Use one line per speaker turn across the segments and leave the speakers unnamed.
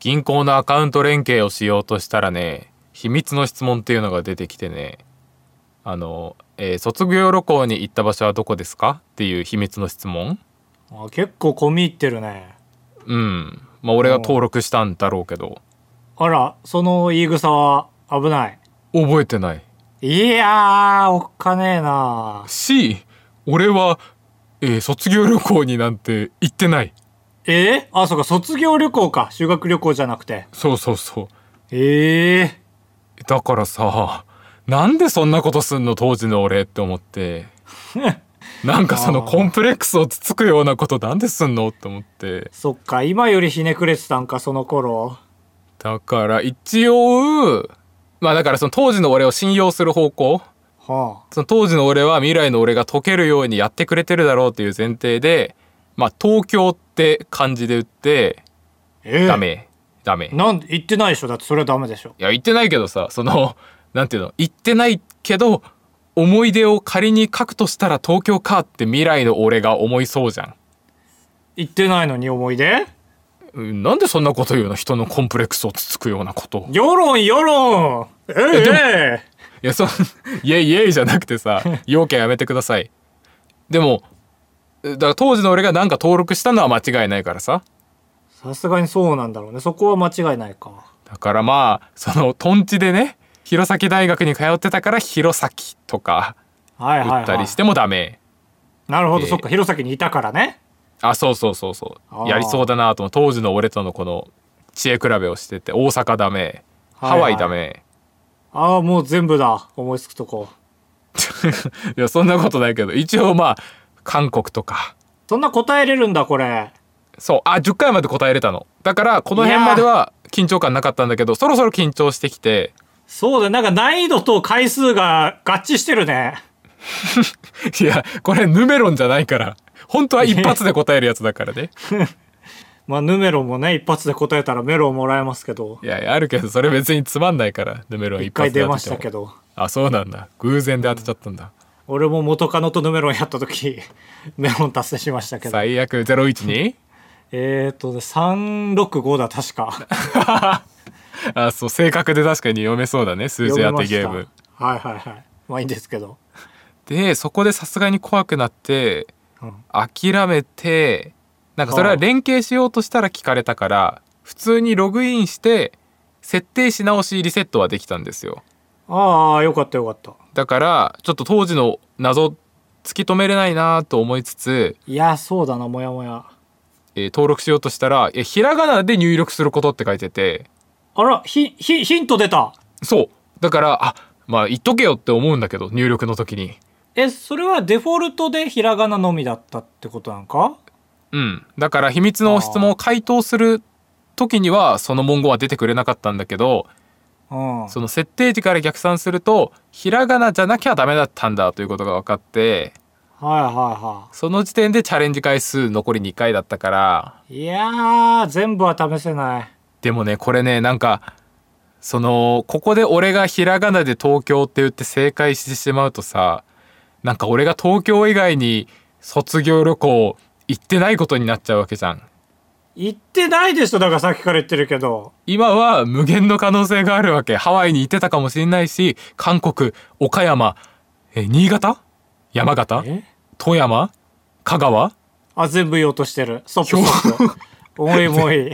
銀行のアカウント連携をしようとしたらね秘密の質問っていうのが出てきてねあの、えー卒業旅行に行った場所はどこですかっていう秘密の質問
あ結構込み入ってるね
うんまあ俺が登録したんだろうけど
あらその言い草は危ない
覚えてない
いやーおっかねえな
C 俺は、えー卒業旅行になんて行ってない
えー、あそうか卒業旅行か修学旅行じゃなくて
そうそうそう
ええ
だからさなんでそんなことすんの当時の俺って思ってなんかその
あー
コンプレックスをつつくようなことなんですんのって思って
そっか今よりひねくれてたんかその頃
だから一応まあだからその当時の俺を信用する方向
は
その当時の俺は未来の俺が解けるようにやってくれてるだろうっていう前提でまあ東京って漢字で打って
あええ
ダメダメ
なん言ってないでしょだってそれはダメでしょ
いや、行ってないけどさ、その、なんていうの、行ってないけど、思い出を仮に書くとしたら東京かって未来の俺が思いそうじゃん
言ってないのに思い出
うん。なんでそんなこと言うの人のコンプレックスをつつくようなことを。
世論世論ええ
でも
え
いや、その、イェイイェイじゃなくて さ、要件やめてください。でも、だから当時の俺がなんか登録したのは間違いないからさ。
えさすがにそうなんだろうねそこは間違いないか
だからまあ、その、トンチでね、弘前大学に通ってたから弘前とか
はいはい、はい、
打ったりしてもダメ。
なるほど、
えー
そっか弘前にいたからね
あそうそうそうそ
あ
う
ー
やりそうだなと思う当時の俺とのこの知恵比べをしてて大阪ダメハ
はい
ワ
はい
イダメ、
ああもう全部だ思いつくとこ
い、やそんなことないけど一応まあ韓国とか
そんな答えれるんだこれ
そうあ10回まで答えれたのだからこの辺までは緊張感なかったんだけどそろそろ緊張してきて
そうだなんか難易度と回数が合致してるね
いやこれヌメロンじゃないから本当は一発で答えるやつだからね
まあヌメロもね一発で答えたらメロンもらえますけど
いやいやあるけどそれ別につまんないからヌメロン
一
一
回
発で
出
当
ま
て
して
も
たけど
あそうなんだ偶然で当てちゃったんだ
俺も元カノとヌメロンやった時 メロン達成しましたけど
最悪01に
えっ、ー、とね365だ確か
あそう正確で確かに読めそうだね数字
読め
当
ま
て
し
ゲ
た
ーム
はいはいはいまあいいんですけど
でそこでさすがに怖くなって
うん
諦めてなんかそれ
あ
は
あ
連携しようとしたら聞かれたから普通にログインして設定し直しリセットはできたんですよ
ああよかったよかった
だからちょっと当時の謎突き止めれないなと思いつつ、
いやそうだなもやもや
えー登録しようとしたらえひらがなで入力することって書いてて
あらひひヒント出た
そうだからあまあ言っとけよって思うんだけど入力の時に
えそれはデフォルトでひらがなのみだったってことなんか
うん、だから秘密の質問を回答する時にはその文言は出てくれなかったんだけど
うん
その設定時から逆算するとひらがなじゃなきゃダメだったんだということが分かって
はいはいは
その時点でチャレンジ回数残り2回だったから
い。いやー、全部は試せない。
でもねこれねなんかそのここで俺がひらがなで東京って言って正解してしまうとさなんか俺が東京以外に卒業旅行行ってないことになっちゃうわけじゃん。
言ってないでしょ、だからさっきから言ってるけど。
今は無限の可能性があるわけハワイに行ってたかもしれないし韓国岡山え新潟山形
え
富山香川
あ、全部言おうとしてる。ストップストップ。もういいも ういい。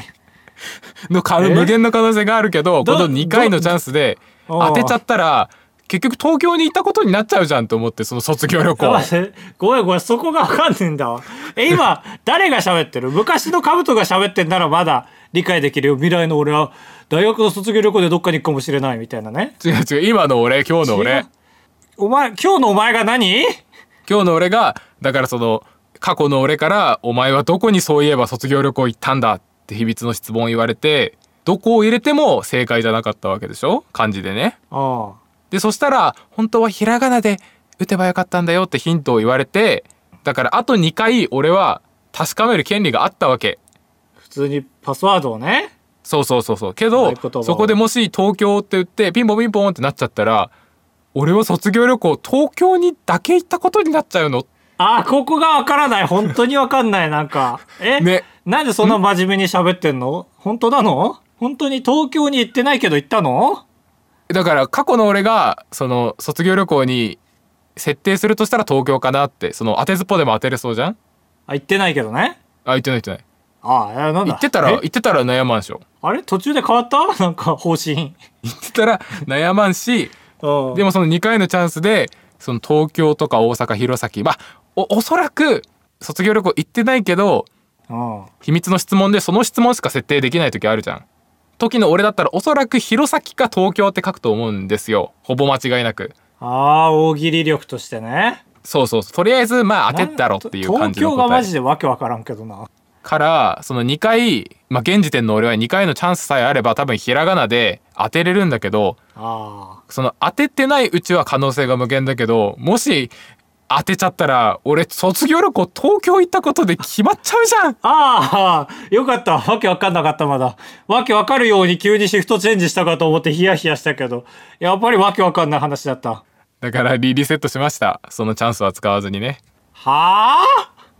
の可能
え
無限の可能性があるけどこ
ど
の2回のチャンスで
どあー
当てちゃったら結局東京に行ったことになっちゃうじゃんと思ってその卒業旅
や
行
ばいごめんごめん、そこがわかんねえんだわ。え、今、誰が喋ってる昔のカブトが喋ってんならまだ理解できるよ。未来の俺は大学の卒業旅行でどっかに行くかもしれないみたいなね。
違う違う今の俺今日の
違
俺
うお前、今日のお前が何
今日の俺がだからその過去の俺から「お前はどこにそういえば卒業旅行行ったんだ」って秘密の質問を言われてどこを入れても正解じゃなかったわけでしょ漢字でね。
あ
でそしたら本当はひらがなで打てばよかったんだよってヒントを言われてだからあと2回俺は確かめる権利があったわけ。
あ、普通にパスワードをね。
そうそうそうそうけ
合
ど
言葉を
そこでもし東京って言ってピンポンピンポンってなっちゃったら俺は卒業旅行東京にだけ行ったことになっちゃうの
あーここがわからない。本当にわかんない。なんか。え、
ね
なんでそんな真面目に喋ってんの本当なの本当に東京に行ってないけど行ったの
だから過去の俺がその卒業旅行に設定するとしたら東京かなってその当てずっぽでも当てれそうじゃん
あ、行ってないけどね。
あ言ってない言って
ああ、なんだ。
ない言ってたら
え
言ってたら悩まんしょ
あれ途中で変わったなんか方針。
言ってたら悩まんし
うん。
でもその2回のチャンスでその東京とか大阪弘前まあおおそらく卒業旅行行ってないけど
うん。
秘密の質問でその質問しか設定できない時あるじゃん時の俺だったらおそらく弘前か東京って書くと思うんですよほぼ間違いなく
ああ、大喜利力としてね。
そうそうそうとりあえずまあ当てったろっていう感じの
東京が
答
マ
え
ジでわけわからんけどな。
からその2回まあ現時点の俺は2回のチャンスさえあれば多分ひらがなで当てれるんだけど
あ
その当ててないうちは可能性が無限だけどもし当てちゃったら俺卒業旅行東京行ったことで決まっちゃうじゃん
あ。ああ、よかった。わけわかんなかった、まだ。わけわかるように急にシフトチェンジしたかと思ってヒヤヒヤしたけど、やっぱりわけわかんない話だった。は
だからリリセットしましたそのチャンスは使わずにね
あ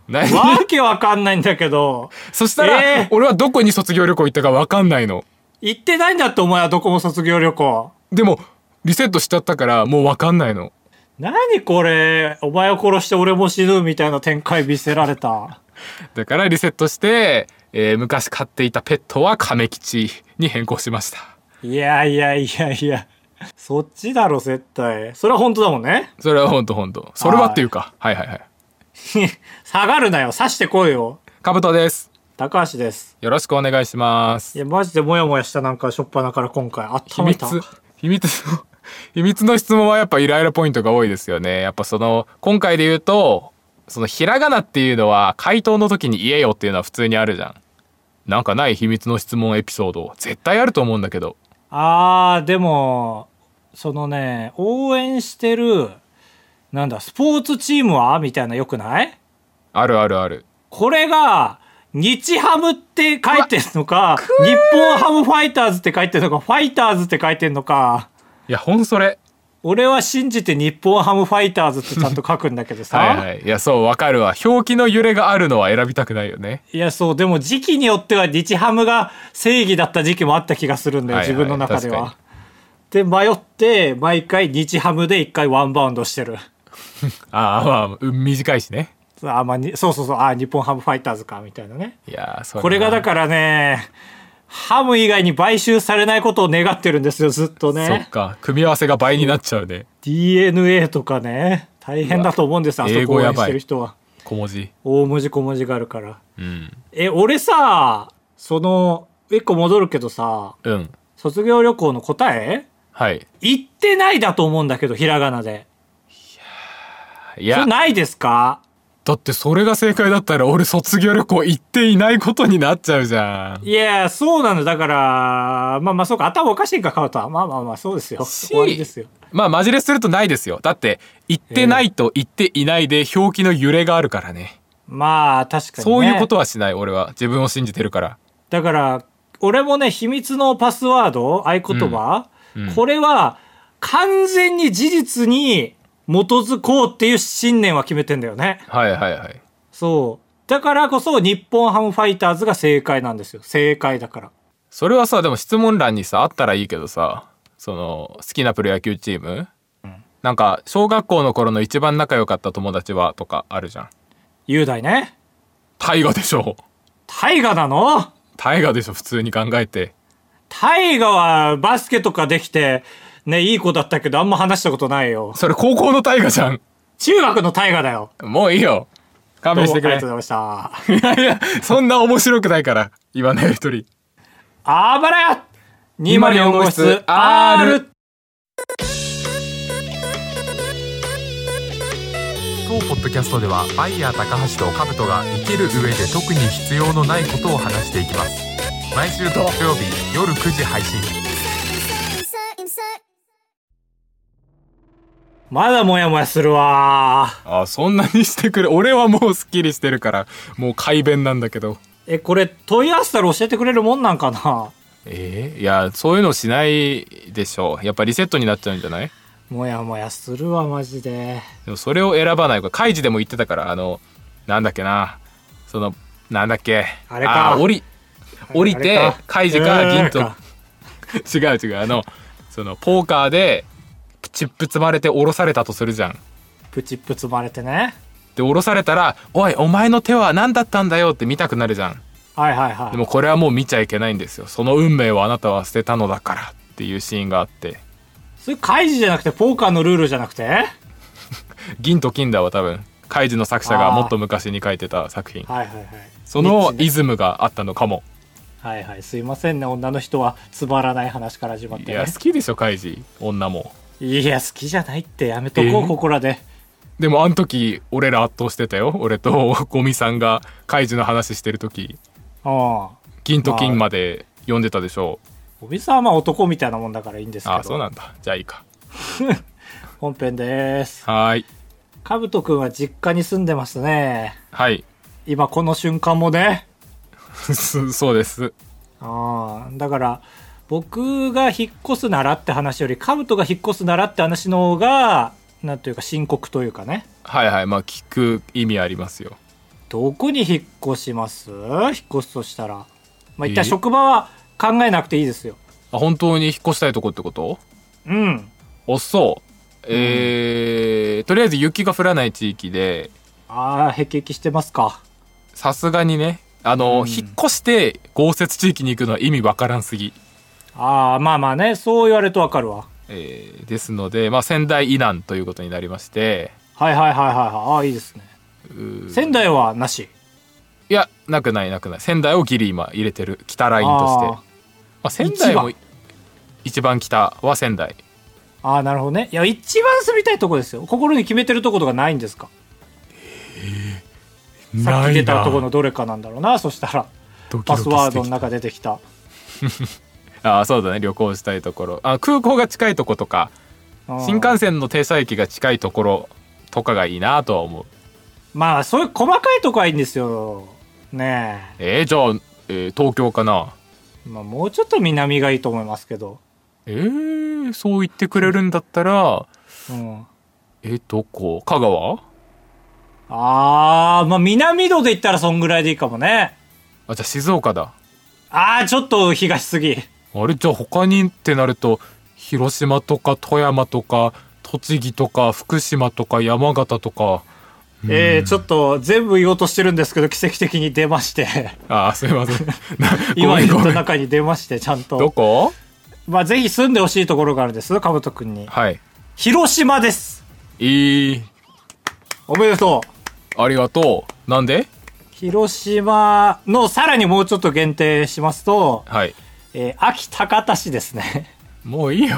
ない
わけわかんないんだけど、
そしたら、
えー
俺はどこに卒業旅行行ったか分かんないの
行ってないんだってお前はどこも卒業旅行。
でもリセットしちゃったからもう分かんないの
何これお前を殺して俺も死ぬみたいな展開見せられた。
だからリセットして、えー昔飼っていたペットは亀吉に変更しました
いやいやいやいや。そっちだろ、絶対。それは本当だもんね。
それはほんとほんとそれはっていうかはいはいはい
下がるなよ。刺してこいよ。
カブトです
高橋です。
よろしくお願いします
いや、マジでモヤモヤしたなんか、しょっぱなから今回、あった
秘
めた。
密秘密の 秘密の質問はやっぱイライラポイントが多いですよねやっぱその今回で言うとそのひらがなっていうのは回答の時に言えよっていうのは普通にあるじゃんなんかない秘密の質問エピソード絶対あると思うんだけど
あー、でも、そのね、応援してる、なんだ、スポーツチームはみたいな、よくない
あるあるある
これが、日ハムって書いてんのか、日本ハムファイターズって書いてんのか、ファイターズって書いてんのか、
いやほんそれ
俺は信じて日本ハムファイターズってちゃんと書くんだけどさ、
はい
い
はいいやそうわかるわ表記の揺れがあるのは選びたくないよね
やそう、でも時期によっては日ハムが正義だった時期もあった気がするんだよ、
はいはい
自分の中で
確
は。で、迷って、毎回日ハムで一回ワンバウンドしてる。
ああまあうん短いしね
あ、まあ、にそうそうそう、あ、日本ハムファイターズか、みたいなね。
いやーそ
これがだ
か
からね、ハム以外に買収されないことを願ってるんですよ、ずっとね。
そっか組み合わせが倍になっちゃうね
DNA とかね大変だと思うんです
う
あ
わ
そこ応
英語や
援
ばい
してる人は
小文字
大文字小文字があるから
うん
え俺さその一個戻るけどさ
うん
卒業旅行の答え
はい
行ってないだと思うんだけどひらがなで
い
そ
や
れないですか
だってそれが正解だったら俺卒業旅行行っていないことになっちゃうじゃん。
いやそうなんだだからまあまあそうか頭おかしいんかカウターまあまあまあそうですよ
し
終わりですよ
まあマジレスするとないですよ。だって行ってないと行っていないで表記の揺れがあるからね。
まあ確かに、ね、
そういうことはしない俺は自分を信じてるから。
だから俺もね秘密のパスワード合言葉、
うんうん
これは完全に事実に基づこうっていう信念は決めてんだよね
はいはいはい。
そうだからこそ日本ハムファイターズが正解なんですよ正解だから
それはさでも質問欄にさあったらいいけどさその好きなプロ野球チーム、なんか小学校の頃の一番仲良かった友達はとかあるじゃん。
雄大ね
大河でしょ。
大河なの
大河でしょ普通に考えて。
大河はバスケとかできてねいい子だったけどあんま話したことないよ
それ高校の大河じゃん。
中学の大河だよ
もういいよ。勘
どう
弁し
もあ
て
り
く
がと
れ
うご。ざいました
いやいや、そんな面白くないから、今のやりとり。
あばらや204号室 R!
当ポッドキャストでは、バイヤー高橋とカブトが生きる上で特に必要のないことを話していきます。毎週土曜日夜9時配信。
insert, insert.
まだモヤモヤするわ
あ、そんなにしてくれ。俺はもうスッキリしてるから、もう改便なんだけど。
え、これ問い合わせたら教えてくれるもんなんかな
えーいや、そういうのしないでしょう。やっぱリセットになっちゃうんじゃない
モヤモヤするわ、マジで。
でもそれを選ばない。これ、カイジでも言ってたから、あの、なんだっけな。その、なんだっけ。
あれか
ーオリ、降りて
あれか
カイジか銀
う
と
んか
違う違うあのそのポーカーでチップ積まれて降ろされたとするじゃん
プチップ積まれてね
で降ろされたら「おいお前の手は何だったんだよ」って見たくなるじゃん
はいはいはい
でもこれはもう見ちゃいけないんですよその運命をあなたは捨てたのだからっていうシーンがあって
それ開示じゃなくてポーカーのルールじゃなくて
銀と金だは多分カイジの作者がもっと昔に書いてた作品
はいはいはい
その
い
イズムがあったのかも
はいはいすいませんね女の人はつまらない話から始まって
い
ね
や好きでしょカイジ女も
いや好きじゃないってやめとこう、
え
ここらで
でもあの時俺ら圧倒してたよ俺とゴミさんがカイジの話してる時
うん
銀と金まで読んでたでしょ
おみさんはまあ男みたいなもんだからいいんで
う、
すけど
あそうなんだじゃあいいか
本編です
はーい
かぶとくんは実家に住んでますね
はい
今この瞬間もね
そそうです
ああだから僕が引っ越すならって話よりカブトが引っ越すならって話の方がなんというか深刻というかね
はいはいまあ聞く意味ありますよ
どこに引っ越します引っ越すとしたらまあ一
え
旦職場は考えなくていいですよ
あ本当に引っ越したいとこってこと
うん
おっそうえーとりあえず雪が降らない地域で
ああへきへきしてますか
さすがにねあの、
うん
引っ越して豪雪地域に行くのは意味わからんすぎ、
ああまあまあねそう言われるとわかるわ
えーですので、まあ、仙台以南ということになりまして
はいはいはいはいはいああいいですね
うー
仙台はなし
いやなくないなくない仙台をギリ今入れてる北ラインとして
あー
まあ、仙台も一番北は仙台
ああなるほどねいや一番住みたいとこですよ心に決めてるとことがないんですかさっき出たところのどれかなんだろうなそしたらパスワードの中出てきた
ああそうだね旅行したいところあ空港が近いとことか
うん
新幹線の停車駅が近いところとかがいいなとは思う
まあそういう細かいとこはいいんですよね
えー、じゃあ、えー東京かな
え、まあ、もうちょっと南がいいと思いますけど
えー、そう言ってくれるんだったら
うん
えー、どこ香川
ああまあ南戸で言ったらそんぐらいでいいかもね
あじゃあ静岡だ
ああちょっと東すぎ
あれじゃあ他にってなると広島とか富山とか栃木とか福島とか山形とか
ええちょっと全部言おうとしてるんですけど奇跡的に出まして
あーすいませんなご
今
めん
言
ご
った
めん
中に出ましてちゃん
ど
と
こ
まあぜひ住んでほしいところがあるんですかぶとくんに
はい
広島です
いい
おめでとう
ありがとうなんで
広島のさらにもうちょっと限定しますと、
はい
えー、秋高田市ですね。
もういいよも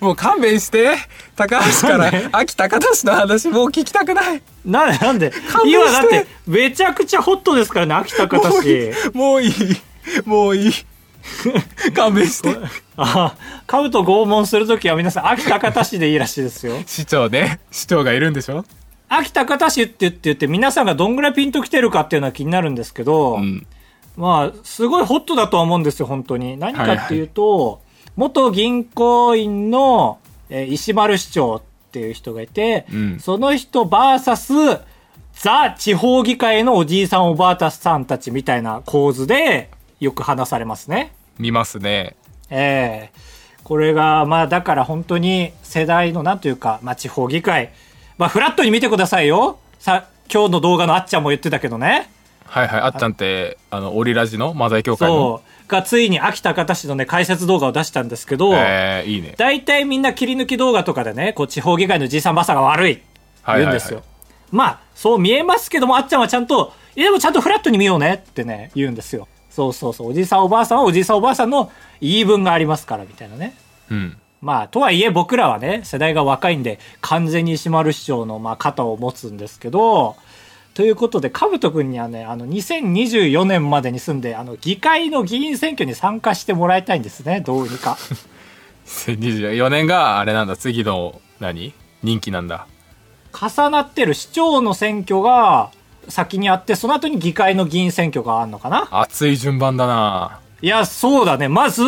うもう勘弁して高橋から秋高田氏の話もう聞きたくない
なんで、なんで、
動して
今だって、めちゃくちゃホットですからね、秋高田市。
もういいも ういい勘弁して
あカブと拷問するときは皆さん、秋高田市でいいらしいですよ。
市長ね市長がいるんでしょ
秋高田市って言って言って、皆さんがどんぐらいピンときてるかっていうのは気になるんですけど、
うん
まあ、すごいホットだとは思うんですよ、本当に。何かっていうと、元銀行員の、えー石丸市長っていう人がいて、
うん
その人バーサス、ザ地方議会のおじいさんおばあたさんたちみたいな構図で、よく話されますね。
見ますね
ええこれが、まあ、だから本当に世代の、なんというか、まあ、地方議会。まあ、フラットに見てくださいよ。さ、今日の動画のあっちゃんも言ってたけどね。
はいはいあっちゃんってあのオリラジのマザイ協会の
そう。がついに秋田方市のね、解説動画を出したんですけど、
えー、いいね
大体みんな切り抜き動画とかでね、こう地方議会のじいさんばあさんが悪い。
はいはいはい
言うんですよ。まあ、そう見えますけども、あっちゃんはちゃんと、いやでもちゃんとフラットに見ようねってね、言うんですよ。そうそうそう。おじいさんおばあさんはおじいさんおばあさんの言い分がありますから、みたいなね。
うん
まあ、とはいえ僕らはね、世代が若いんで、完全に石丸市長の、まあ、肩を持つんですけど、ということで、かぶとくんにはね、あの、2024年までに住んで、あの、議会の議員選挙に参加してもらいたいんですね、どう にか。
2024年があれなんだ次の何人気なんだ
重なってる市長の選挙が先にあって、その後に議会の議員選挙があるのかな
熱い順番だない
や、そうだね。まず、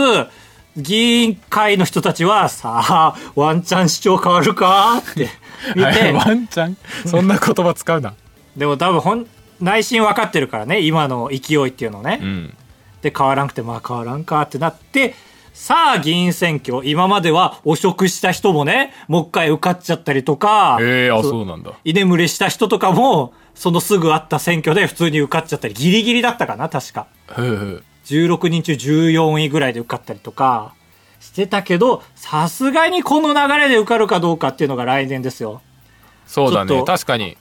議員会の人たちは、さあ、ワンチャン市長変わるか って見
はい
て、
ワンちゃんそんな言葉使うな
でも多分ほん内心分かってるからね今の勢いっていうのね、
うん
で変わらんくてまあ変わらんかってなってさあ議員選挙今までは汚職した人もねもう一回受かっちゃったりとか
ええあそうなんだ
居眠りした人とかもそのすぐあった選挙で普通に受かっちゃったりギリギリだったかな確か
へえ
16人中14位ぐらいで受かったりとかしてたけどさすがにこの流れで受かるかどうかっていうのが来年ですよ
そうだ
ち
ね
ょっと
確かに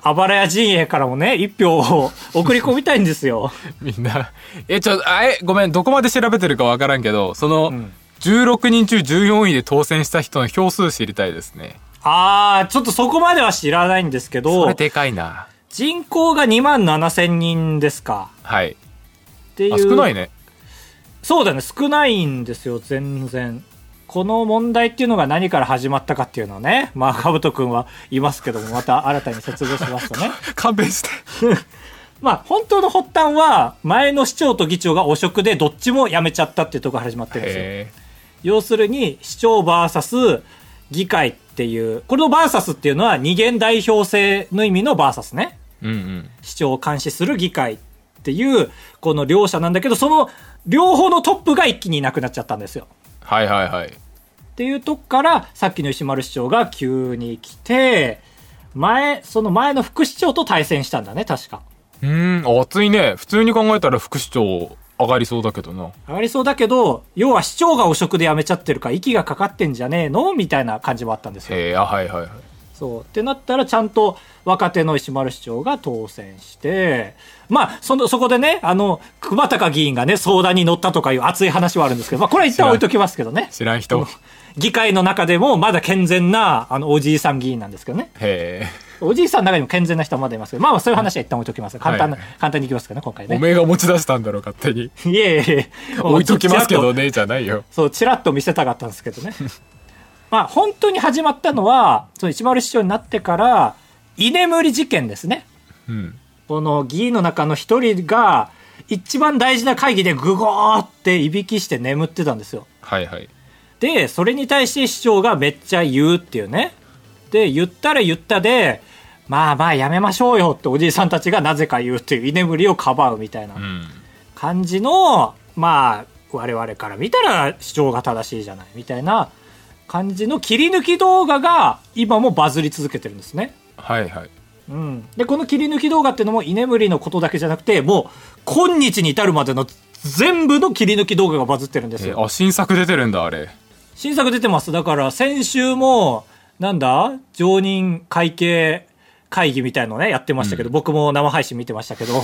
あばらや陣営からもね一票を 送り込みたいんですよ
みんなえちょあえごめんどこまで調べてるかわからんけどその、
ん
16人中14位で当選した人の票数知りたいですね
あーちょっとそこまでは知らないんですけ
こ
ど
れでかいな
人口が2万7000人ですか
はい
ってい
あ
う
少ない ね
そうだね少ないんですよ全然この問題っていうのが何から始まったかっていうのをねまあかぶとくんはいますけどもまた新たに説明します とね
勘弁して
まあ、本当の発端は、前の市長と議長が汚職でどっちも辞めちゃったっていうところが始まってるんですよ。
へえ
要するに、市長 VS 議会っていう、これの VS っていうのは二元代表制の意味の VS ね。
うんうん
市長を監視する議会っていう、この両者なんだけど、その両方のトップが一気にいなくなっちゃったんですよ。
はいはいはい
っていうとこから、さっきの石丸市長が急に来て、前、その前の副市長と対戦したんだね、確か。
うーん熱いね普通に考えたら副市長上がりそうだけどな
上がりそうだけど、要は市長が汚職で辞めちゃってるから息がかかってんじゃねえのみたいな感じもあったんですよ。
へえあはいはいはい
そう。ってなったらちゃんと若手の石丸市長が当選して、まあ、その、そこでね、あの、熊高議員がね、相談に乗ったとかいう熱い話はあるんですけど、まあこれは一旦置いときますけどね。
知らん人
議会の中でもまだ健全な、あの、おじいさん議員なんですけどね。
へえ
おじいさんの中にも健全な人はまだいますけど、まあまあそういう話は一旦置いときます。簡単な、
はい
簡単にいきますけどね、今回
お
ね。
めえが持ち出したんだろ勝手 に
いえいえ。
置いときますけ
ちら
ど
っ
ねじゃないよ
そう、ちらっと見せたかったんですけどね。 まあ、本当に始まったのは、その一丸市長になってから、居眠り事件ですね。
うん
この議員の中の一人が、一番大事な会議でグゴーっていびきして眠ってたんですよ。
はいはい
で、それに対して市長がめっちゃ言うっていうね。で、言ったら言ったで、まあまあやめましょうよっておじいさんたちがなぜか言うっていう居眠りをかばうみたいな
うん
感じの、まあ、我々から見たら主張が正しいじゃない、みたいな感じの切り抜き動画が今もバズり続けてるんですね。
はいはい
うん。で、この切り抜き動画ってのも居眠りのことだけじゃなくて、もう今日に至るまでの全部の切り抜き動画がバズってるんです
え
よ。
あ新作出てるんだあれ
新作出てます。だから先週も、なんだ常任会計会議みたいのね、やってましたけど、
う
僕も生配信見てましたけど。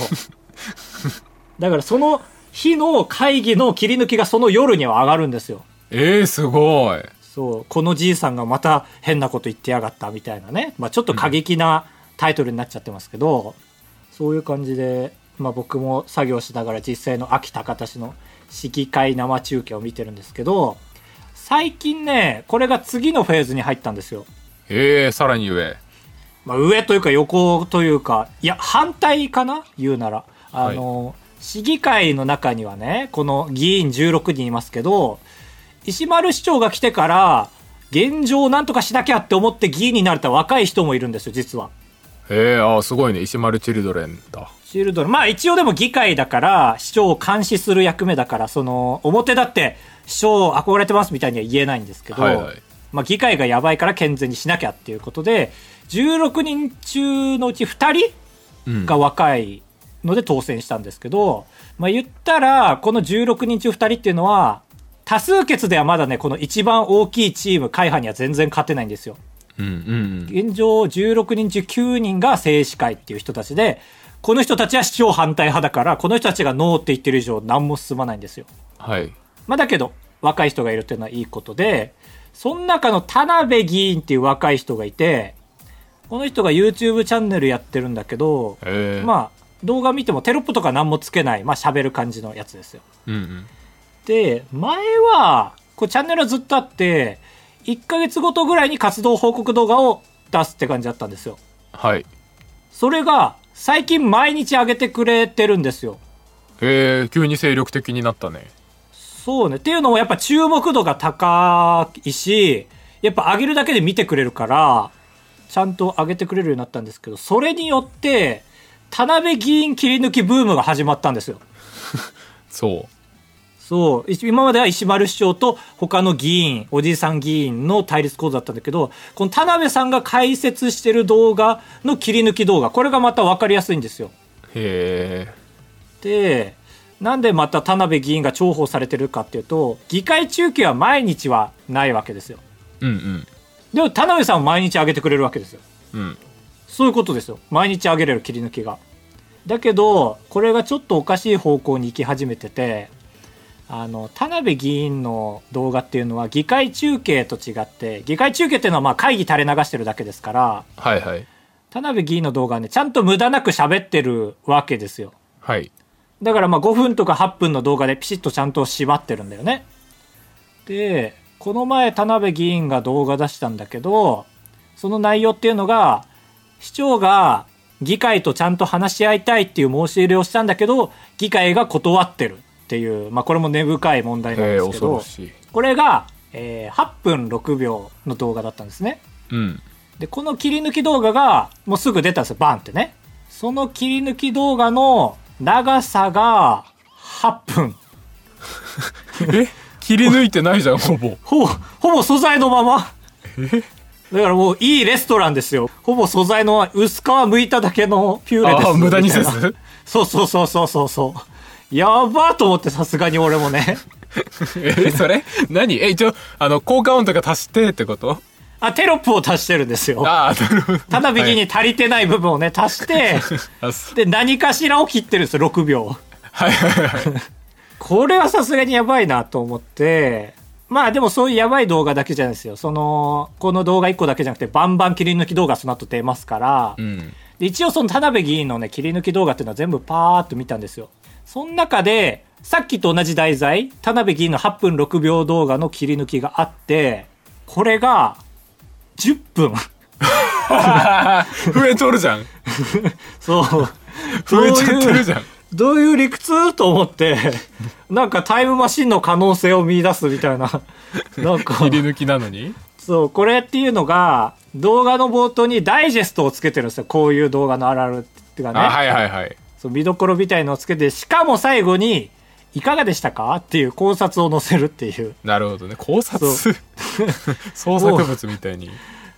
だからその日の会議の切り抜きがその夜には上がるんですよ。
えー、すごい
そう、このじいさんがまた変なこと言ってやがったみたいなね。まあちょっと過激なタイトルになっちゃってますけど、そういう感じで、まあ僕も作業しながら実際の秋高田市の市議会生中継を見てるんですけど、最近ね、これが次のフェーズに入ったんですよ。
えー、さらに上
まあ上というか横というか、いや、反対かな言うなら。あの、市議会の中にはね、この議員16人いますけど、石丸市長が来てから、現状をなんとかしなきゃって思って議員になれた若い人もいるんですよ、実は。
えー、あすごいね石丸チルドレンだ
シールドの、まあ一応でも議会だから、市長を監視する役目だから、その、表だって、市長憧れてますみたいには言えないんですけど、
はいはい
まあ議会がやばいから健全にしなきゃっていうことで、16人中のうち2人
うん
が若いので当選したんですけど、まあ言ったら、この16人中2人っていうのは、多数決ではまだね、この一番大きいチーム、会派には全然勝てないんですよ。
うんうん
現状16人中9人が政治会っていう人たちで、この人たちは市長反対派だから、この人たちがノーって言ってる以上何も進まないんですよ。
はい
まあだけど、若い人がいるっていうのはいいことで、その中の田辺議員っていう若い人がいて、この人が YouTube チャンネルやってるんだけど、
えー、
まあ動画見てもテロップとか何もつけない、まあ喋る感じのやつですよ。
うんうん
で、前は、こうチャンネルはずっとあって、1ヶ月ごとぐらいに活動報告動画を出すって感じだったんですよ。
はい
それが、最近毎日上げてくれてるんですよ。
えー、急に精力的になったね
そうね。っていうのもやっぱ注目度が高いし、やっぱ上げるだけで見てくれるから、ちゃんと上げてくれるようになったんですけど、それによって、田辺議員切り抜きブームが始まったんですよ。
そう
そう。一今までは石丸市長と他の議員、おじいさん議員の対立構造だったんだけど、この田辺さんが解説してる動画の切り抜き動画、これがまた分かりやすいんですよ。
へえ
で、なんでまた田辺議員が重宝されてるかっていうと、議会中継は毎日はないわけですよ。
うん
でも田辺さんは毎日上げてくれるわけですよ。
うんうん
そういうことですよ。毎日上げれる切り抜きが。だけど、これがちょっとおかしい方向に行き始めてて、あの、田辺議員の動画っていうのは議会中継と違って、議会中継っていうのはまあ会議垂れ流してるだけですから、
はいはい
田辺議員の動画はね、ちゃんと無駄なく喋ってるわけですよ。
はい
だからまあ5分とか8分の動画でピシッとちゃんと縛ってるんだよね。で、この前田辺議員が動画出したんだけど、その内容っていうのが、市長が議会とちゃんと話し合いたいっていう申し入れをしたんだけど、議会が断ってるっていう、まあこれも根深い問題なん
へえ
ですけ
恐ろ
ど、
しい
これが、えー8分6秒の動画だったんですね。
うん
で、この切り抜き動画が、もうすぐ出たんですよ、バンってね。その切り抜き動画の長さが、8分。
え切り抜いてないじゃんほぼ
ほぼ、ほぼ素材のまま。だからもういいレストランですよ。ほぼ素材の薄皮剥いただけのピューレです。
ああ無駄にせ
みたいな
ず
そうそうそうそうそうそう。やばーと思ってさすがに俺もね。
えそれ何え一応あの効果音とか足してってこと
あ、テロップを足してるんですよ。
ああなるほど
ただ右に足りてない部分をね、足 して、
あそう
で、何かしらを切ってるんですよ、6秒。
はいはいはい
これはさすがにやばいなと思って、まあでもそういうやばい動画だけじゃないですよ。その、この動画1個だけじゃなくて、バンバン切り抜き動画その後出ますから、
うん
で一応その田辺議員のね、切り抜き動画っていうのは全部パーっと見たんですよ。その中で、さっきと同じ題材、田辺議員の8分6秒動画の切り抜きがあって、これが、10分。
増えとるじゃん
そう。
増えちゃってるじゃん
どういう理屈と思って、なんかタイムマシンの可能性を見出すみたいな。なんか、
切り抜きなのに
そう、これっていうのが、動画の冒頭にダイジェストをつけてるんですよ。こういう動画のあるあるっていうかね。
あはいはいはい
そう見どころみたいのをつけて、しかも最後に、いかがでしたかっていう考察を載せるっていう。
なるほどね考察
そ
創作物みたいに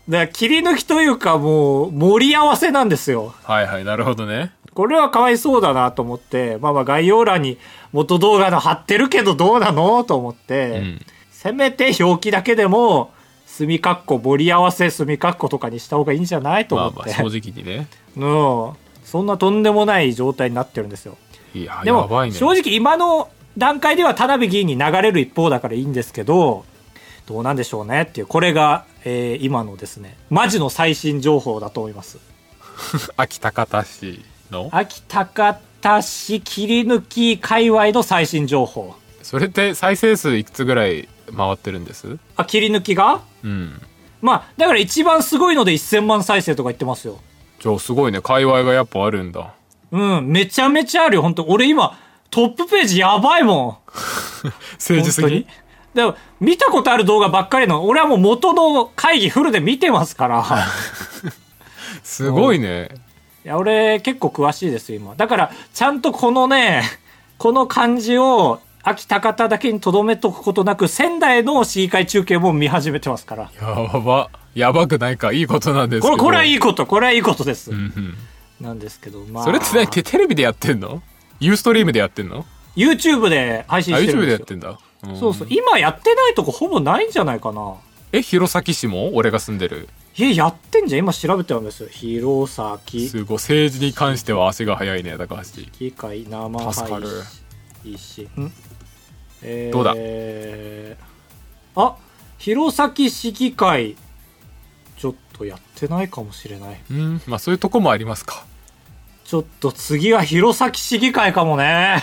だから切り抜きというかもう、盛り合わせなんですよ。
はいはいなるほどね
これはかわいそうだなと思って、まあまあ概要欄に元動画の貼ってるけどどうなのと思って、
うん
せめて表記だけでも、墨括弧、盛り合わせ墨括弧とかにした方がいいんじゃないと
ま
思
あ
って。
まあ正直にね
うん。そんなとんでもない状態になってるんですよ。
いや
で
やば
も、
いね
正直今の段階では田辺議員に流れる一方だからいいんですけど、どうなんでしょうねっていう、これが、えー今のですね、マジの最新情報だと思います。
秋高田市の
秋高田市切り抜き界隈の最新情報。
それって再生数いくつぐらい回ってるんです
あ、切り抜きが
うん
まあ、だから一番すごいので1000万再生とか言ってますよ。
じゃあすごいね界隈がやっぱあるんだ
うん、めちゃめちゃあるよ、本当俺今、トップページやばいもん。
政治すぎ
でも見たことある動画ばっかりの俺はもう元の会議フルで見てますから
すごいね
いや俺結構詳しいですよ今だからちゃんとこのねこの感じを秋高田だけにとどめとくことなく仙台の市議会中継も見始めてますから
やばやばくないかいいことなんですけ
こ
ど
れこれはい
い、
いことこれはいいことです、
うんうん
なんですけどまあ
それって何テテレビでやってんのユーストリームでやってんの
YouTube で配信
あ
して
YouTube
るん
で
で
やっ
すよ
てんだ、ん
そうそう今やってないとこほぼないんじゃないかな
え弘前市も俺が住んでる
いややってんじゃん今調べてたんですよ弘前
すごい政治に関しては足が早いね高橋
議会生配信
助かる
んえー
どうだ
あ弘前市議会ちょっとやってないかもしれない
うんまあそういうとこもありますか
ちょっと次は弘前市議会かもね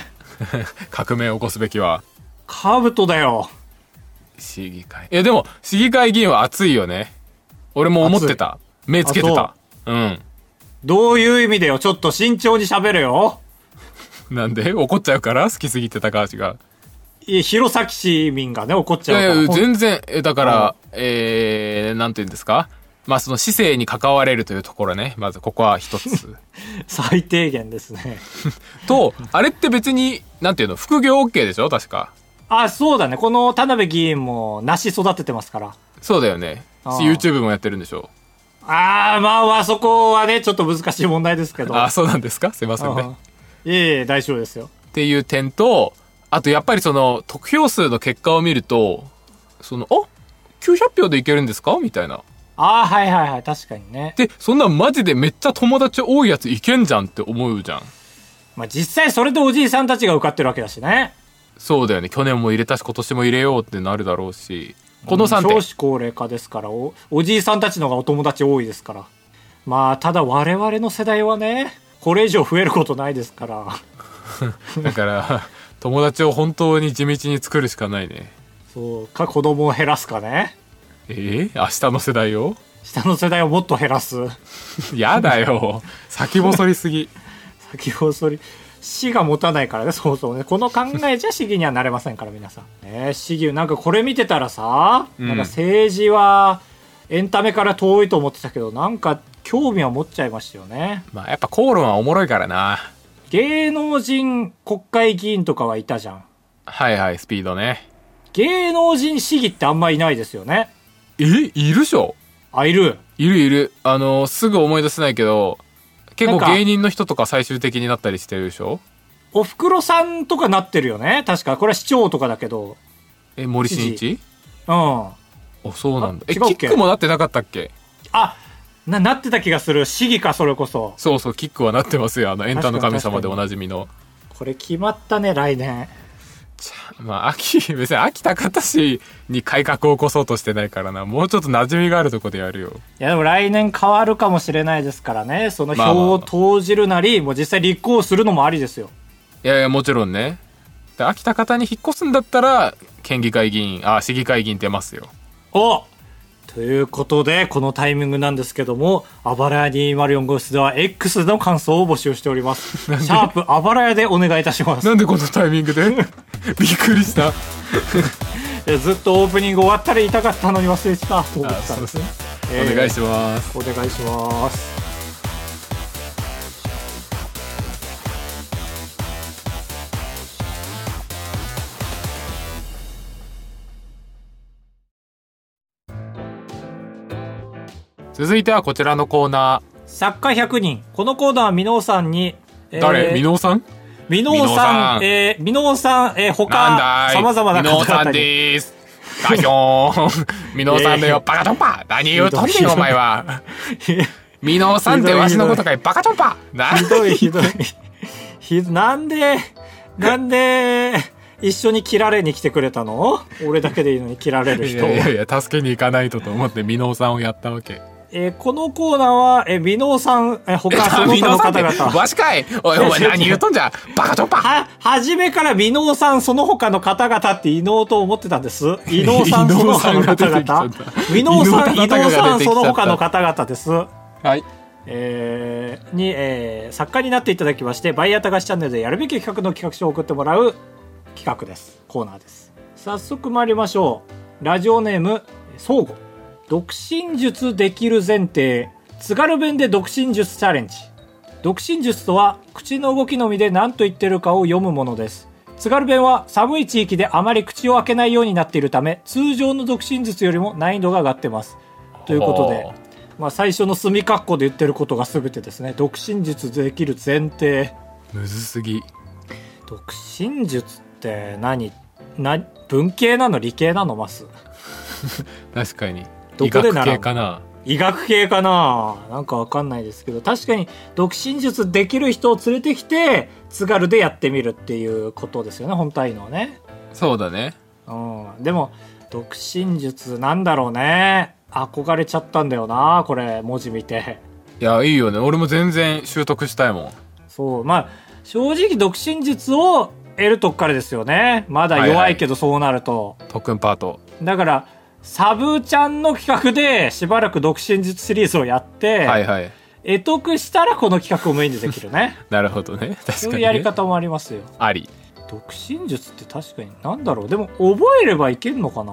革命を起こすべきは
カブトだよ
市議会いやでも市議会議員は熱いよね俺も思ってた目つけてたうん
どういう意味だよちょっと慎重に喋るよ
なんで 怒っちゃうから好きすぎて高橋が
いや弘前市民がね怒っ
い
ちゃうか
や
ら
いや
ほん
全然えだからえー、なんて言うんですかまあその市政に関われるというところねまずここは一 つ
最低限ですね。
とあれって別になんていうの副業 OK でしょ確か
あ、そうだね。この田辺議員も梨育ててますから。
そうだよね
ああ
YouTube もやってるんでしょ
あー、まあまあそこはね、ちょっと難しい問題ですけど。
ああそうなんですかすいません
う
ね
んいえいえ、大丈夫ですよ。
っていう点とあとやっぱりその得票数の結果を見るとそのあ900票でいけるんですかみたいな
あー、はいはいはい。確かにね。
でそんなんマジでめっちゃ友達多いやついけんじゃんって思うじゃん
まあ実際それでおじいさんたちが受かってるわけだしね。
そうだよね去年も入れたし今年も入れようってなるだろうしこの3点、
少子高齢化ですからおおじいさんたちの方がお友達多いですからまあただ我々の世代はねこれ以上増えることないですから
だから 友達を本当に地道に作るしかないね
そうか子供を減らすかね
えー、明日の世代を
下の世代をもっと減らす
やだよ先細りすぎ
先細り死が持たないからねそもそもねこの考えじゃ市議にはなれませんから皆さん ね市議なんかこれ見てたらさ、
うん
なんか政治はエンタメから遠いと思ってたけどなんか興味は持っちゃいましたよね
まあやっぱ口論はおもろいからな
芸能人国会議員とかはいたじゃん
はいはいスピードね
芸能人市議ってあんまいないですよね。
えいるでしょ
あ、いる。
いるいるあのすぐ思い出せないけど結
なん
構
か
芸人の人とか最終的になったりしてるでしょ
おふくろさんとかなってるよね。確か。これは市長とかだけど。
え森進一
うん。
あそうなんだえ
あ違
キ
うっけ
ックもなってなかったっけ
あ、な、なってた気がする。市議か、それこそ。
そうそうキックはなってますよあのエンタの神様で
確かに確かに
おなじみの
これ決まったね、来年。
ちゃまあ秋別に秋田方市に改革を起こそうとしてないからなもうちょっと馴染みがあるとこでやるよ
いや、でも来年変わるかもしれないですからね。その
まあまあ
票
ま
を
あ
投じるなり、もう実際立候補するのもありですよ。
いやいやもちろんねで秋田方に引っ越すんだったら県議会議員あ市議会議員出ますよ
おということで、このタイミングなんですけども、あばらや204号室では X での感想を募集しております。シャープ、あばらやでお願いいたします。
なんでこのタイミング でびっくりした
いやずっとオープニング終わったら言いたかったのに忘れてたと思ってたんですね、えー
お願いします
お願いします
続いてはこちらのコーナ
作家100人このコーナーはみのうさんに、え
ー
ー
誰みのうさん
みのうさ
みのうさ
ん
ん
えーみのうさん、えー、
なん
他
だい
さまざまな
みのう
方
さん
々に
でーすガヒ ョーンみのうさんだ
えー
よバカトンパ何言うとん
ひ
ね
ど
ん
い
お前 はみのうさんってわしのことかいバカトンパな
ひ どいひどいひどいなんでなんで一緒に切られに来てくれたの俺だけでいいのに切られる
い
人
やいやいや助けに行かないとと思ってみのうさんをやったわけ
えーこのコーナーは、えー、みのうさん、えー、他その他の 方々
わしかいおい お前何言うとんじゃバカトンパ
は、はじめから美濃さんその他の方々って異能と思ってた んです。異能さんその他の方々。美
異
濃
能
さ
さ
ん、
ん
異
が出てきちゃった
能さんその他の方々です。
はい
えー、に、えー、作家になっていただきまして、バイヤー高橋チャンネルでやるべき企画の企画書を送ってもらう企画です。コーナーです。早速参りましょう。ラジオネーム、相互。独身術できる前提。津軽弁で独身術チャレンジ。独身術とは、口の動きのみで何と言ってるかを読むものです。津軽弁は寒い地域であまり口を開けないようになっているため、通常の独身術よりも難易度が上がってます。ということで
ほう、
まあ、最初の隅括弧で言ってることが全てですね独身術できる前提
むずすぎ
独身術って何な文系なの理系なのマス
確かに
ど
医
こで
学
習うの
系かな
医学系かななんかわかんないですけど確かに独身術できる人を連れてきて津軽でやってみるっていうことですよね本体のね
そうだね
うんでも独身術なんだろうね憧れちゃったんだよなこれ文字見て
いやいいよね俺も全然習得したいもん
そう、まあ、正直独身術を得るとこからですよね。まだ
はい
弱
はいい
けどそうなると。
特訓パート
だから、サブちゃんの企画でしばらく独身術シリーズをやって、
はいはい
得得したらこの企画をメインででき るね。
なるほどね確か
そ
に
う
ね
いうやり方もありますよ。
あり
独身術って確かに何だろう。でも覚えればいけんのかな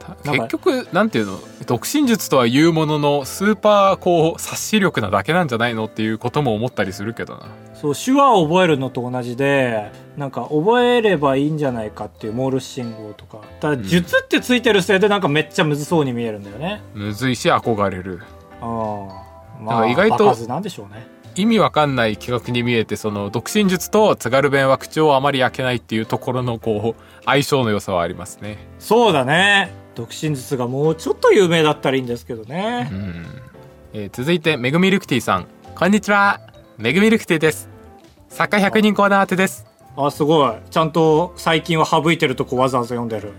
た
なんか
結局なんていうの独身術とは言うもののスーパーこう察し力なだけなんじゃないのっていうことも思ったりするけどな
そう手話を覚えるのと同じでなんか覚えればいいんじゃないかっていうモールス信号とかただ
ん
術ってついてるせいでなんかめっちゃむずそうに見えるんだよね
むずいし憧れる
う
だ
んま
か
あ
ら意外と
場数なんでしょうね
意味わかんない企画に見えてその独身術と津軽弁は口調をあまり開けないっていうところのこう相性の良さはありますね
そうだね独身術がもうちょっと有名だったらいいんですけど
う
ね
ん、えー続いてめぐみルクティさんこんにちはめぐみルクティです作家100人コーナー宛てです、
あすごいちゃんと最近は省いてるとこわざわざ読んでる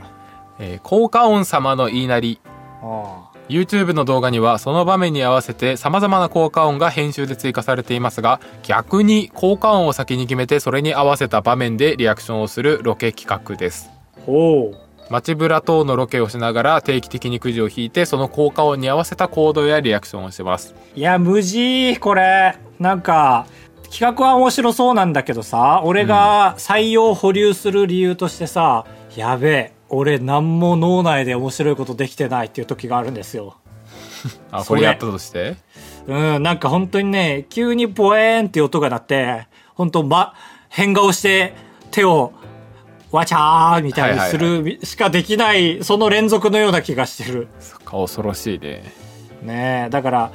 えー効果音様の言いなり
あ
YouTube の動画にはその場面に合わせて様々な効果音が編集で追加されていますが逆に効果音を先に決めてそれに合わせた場面でリアクションをするロケ企画です
ほう
街ブラ等のロケをしながら定期的にくじを引いてその効果音に合わせた行動やリアクションをします
いや無事これなんか企画は面白そうなんだけどさ俺が採用保留する理由としてさ、やべえ俺何も脳内で面白いことできてないっていう時があるんですよ
あ
そ
こ
れ
れやったとして
うんなんか本当にね急にボエーンっていう音が鳴って本当ま変顔して手をわちゃーみたいにす
は
るしかできないその連続のような気がしてる
そっか恐ろしいね
ねえだから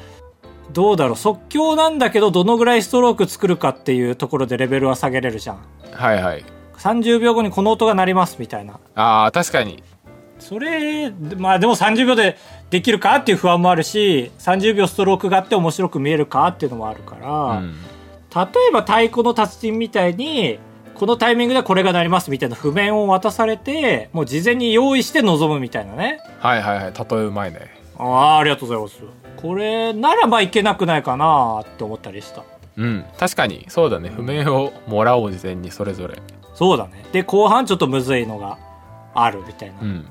どうだろう即興なんだけどどのぐらいストローク作るかっていうところでレベルは下げれるじゃん
はいはい
30秒後にこの音が鳴りますみたいな
あー確かに
それまあでも30秒でできるかっていう不安もあるし30秒ストロークがあって面白く見えるかっていうのもあるから、
うん
例えば太鼓の達人みたいにこのタイミングでこれが鳴りますみたいな譜面を渡されてもう事前に用意して臨むみたいなね
はいはいはい例えうまいね
ああありがとうございますこれならばいけなくないかなって思ったりした
うん確かにそうだね譜面をもらおう事前にそれぞれ
そうだね。で、後半ちょっとむずいのがあるみたいな。
うん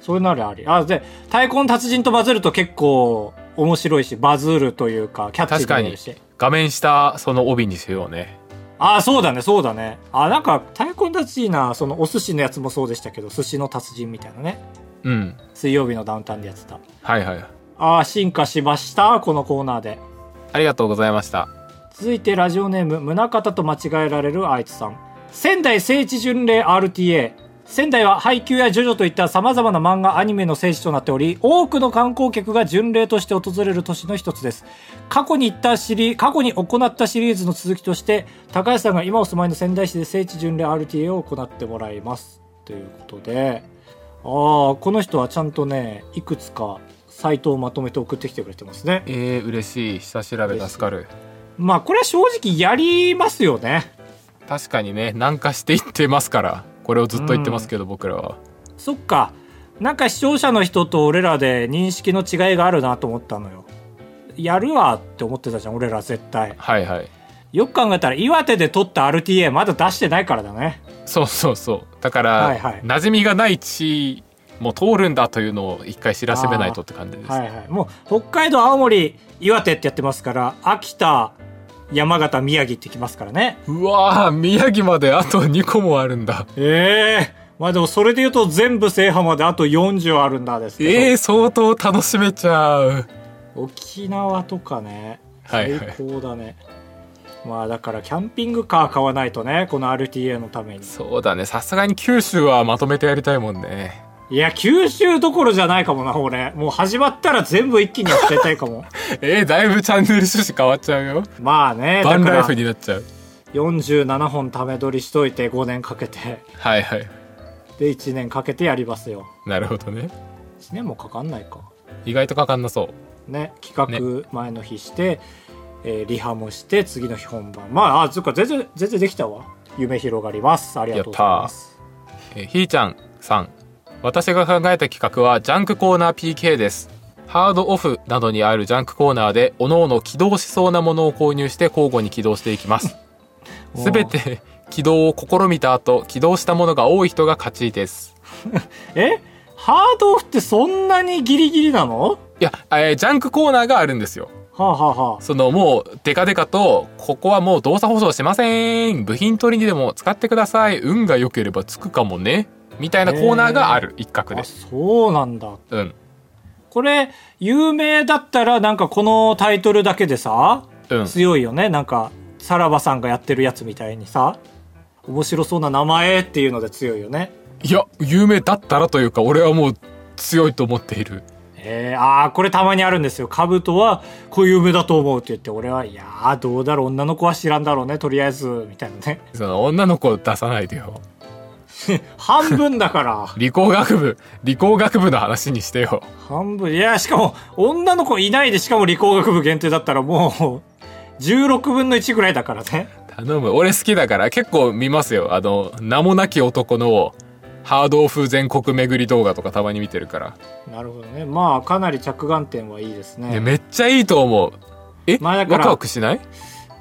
そういうのありあり。あ、で、太鼓の達人とバズると結構面白いし、バズるというか、キャッ
確
チー
か
にな
に
るし。
画面下その帯にしようね
あ、そうだね、そうだね。あ、なんか、太鼓の達人な、そのお寿司のやつもそうでしたけど、寿司の達人みたいなね。
うん
水曜日のダウンタウンでやってた。
はいはい
あ、進化しました、このコーナーで。
ありがとうございました
続いてラジオネーム宗方と間違えられるあいつさん仙台聖地巡礼 RTA 仙台は配給やジョジョといった様々な漫画アニメの聖地となっており多くの観光客が巡礼として訪れる都市の一つです過去に行ったシリ過去に行ったシリーズの続きとして高橋さんが今お住まいの仙台市で聖地巡礼 RTA を行ってもらいますということでああこの人はちゃんとねいくつかサイトをまとめて送ってきてくれてますね
えー、嬉しい下調べ助かる
まあこれは正直やりますよね
確かにね南下していってますからこれをずっと言ってますけど、僕らは
そっか。なんか視聴者の人と俺らで認識の違いがあるなと思ったのよ。やるわって思ってたじゃん、俺ら絶対。
はいはい
よく考えたら、岩手で撮った RTA まだ出してないからだね。
そうそうそうだから、
はいはい
馴染みがない地も通るんだというのを一回知らしめないとって感じです、
はいはい。もう、北海道、青森、岩手ってやってますから、秋田、山形、宮城ってきますからね。
うわー宮城まであと2個もあるんだ
ええまあでもそれで言うと全部制覇まであと40あるんだですけど。
えー、相当楽しめちゃう
沖縄とかね
はいは
最
い
高だね、まあだからキャンピングカー買わないとねこの RTA のために
そうだねさすがに九州はまとめてやりたいもんね
いや九州どころじゃないかもな俺もう始まったら全部一気にやってたいかも
えー、だいぶチャンネル趣旨変わっちゃうよ
まあね
バ
だ
ン
か
ライ
ら
フになっちゃう
47本ため撮りしといて5年かけて
はいはい
で1年かけてやりますよ
なるほどね
1年もかかんないか
意外とかかんなそう
ね企画前の日して、えーリハもして次の日本番まああそっか全然全然できたわ夢広がりますありがとうございます
えーひーちゃんさん私が考えた企画はジャンクコーナー PK ですハードオフなどにあるジャンクコーナーで各々起動しそうなものを購入して交互に起動していきます
おー
すべて起動を試みた後起動したものが多い人が勝ちです
えハードオフってそんなにギリギリなの
いや、えージャンクコーナーがあるんですよ
はあはあは
そのもうデカデカとここはもう動作保証しません部品取りにでも使ってください運が良ければつくかもねみたいなコーナーがある一角で
あ、そうなんだ。
うん
これ、有名だったら、なんかこのタイトルだけでさ、
うん
強いよね。なんか、さらばさんがやってるやつみたいにさ、面白そうな名前っていうので強いよね。
いや有名だったらというか俺はもう強いと思っている
えー、ああ、これたまにあるんですよ。カブトは、こういう夢だと思うって言って、俺は、いやー、どうだろう、女の子は知らんだろうね、とりあえず、みたいなね。
その女の子を出さないでよ
半分だから。
理工学部理工学部の話にしてよ
半分。いや、しかも、女の子いないで、しかも理工学部限定だったら、もう、16分の1ぐらいだからね。
頼む俺好きだから結構見ますよあの名もなき男のハードオフ全国巡り動画とかたまに見てるから、
なるほどね。まあ、かなり着眼点はいいですね。
ね、めっちゃいいと思うえ、
まあだ
ワ
から
クワクしない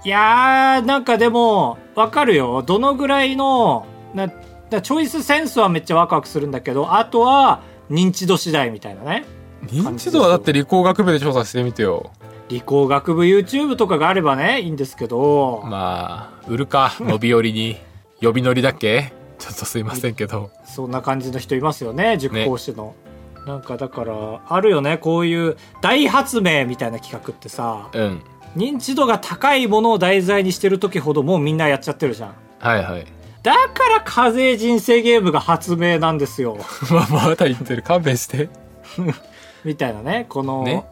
いやー、なんかでも、わかるよ。どのぐらいの、な、なチョイスセンスはめっちゃワクワクするんだけど、あとは、認知度次第みたいなね。
認知度はだって理工学部で調査してみてよ
理工学部 YouTube とかがあればね、いいんですけど、
まあ売る か伸び寄りに呼び乗りだっけちょっとすいませんけど
そんな感じの人いますよね、塾講師の。なんかだから、あるよね、こういう大発明みたいな企画ってさ、
うん
認知度が高いものを題材にしてる時ほどもうみんなやっちゃってるじゃん。
はいはい
だから課税人生ゲームが発明なんで すよ。
まあまだ言ってる勘弁して
みたいなね、この、
ね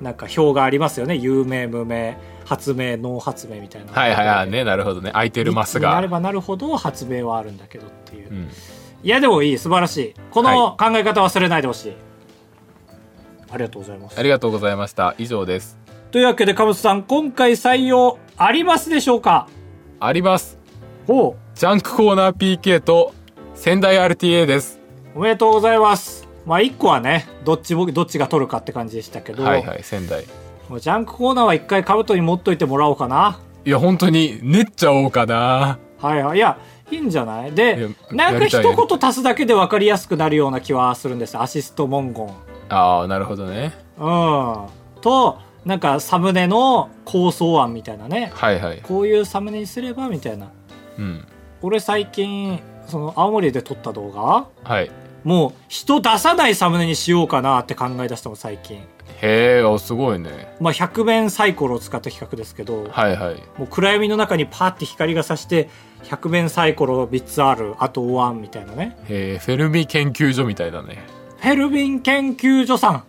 なんか表がありますよね。有名、無名、発明、ノー発明みたいな。
はいはいはい。ねなるほどね空いてるマス
な
が
ればなるほど発明はあるんだけどっていう。
うん
いや、でもいい、素晴らしい。この考え方忘れないでほしい。ありがとうございます
あ。りがとうございました以上です
というわけで、かぶさん、今回採用ありますでしょうか
あります
おう
ジャンクコーナー PK と仙台 RTA です
おめでとうございます。まあ、一個はね、どっちも、どっちが取るかって感じでしたけど、
はいはい仙台
もうジャンクコーナーは一回カブトに持っといてもらおうかな。
いや本当に練っちゃおうかな
はいはい。いや、いいんじゃない
いや
で、なんか
やりた
一
いやりたい
言足すだけで分かりやすくなるような気はするんです。アシスト文言。
ああなるほどね
うん。と、なんかサムネの構想案みたいなね。
はいはい
こういうサムネにすればみたいな。
うん
俺最近、その青森で撮った動画
はい
もう人出さないサムネにしようかなって考え出したもん最近。
へえあすごいね
まあ、100面サイコロを使った企画ですけど、
はいはい
もう暗闇の中にパーって光が差して、100面サイコロ3つある、あとお椀みたいなね。
へえフェルミ研究所みたいだね
フェルビン研究所さん。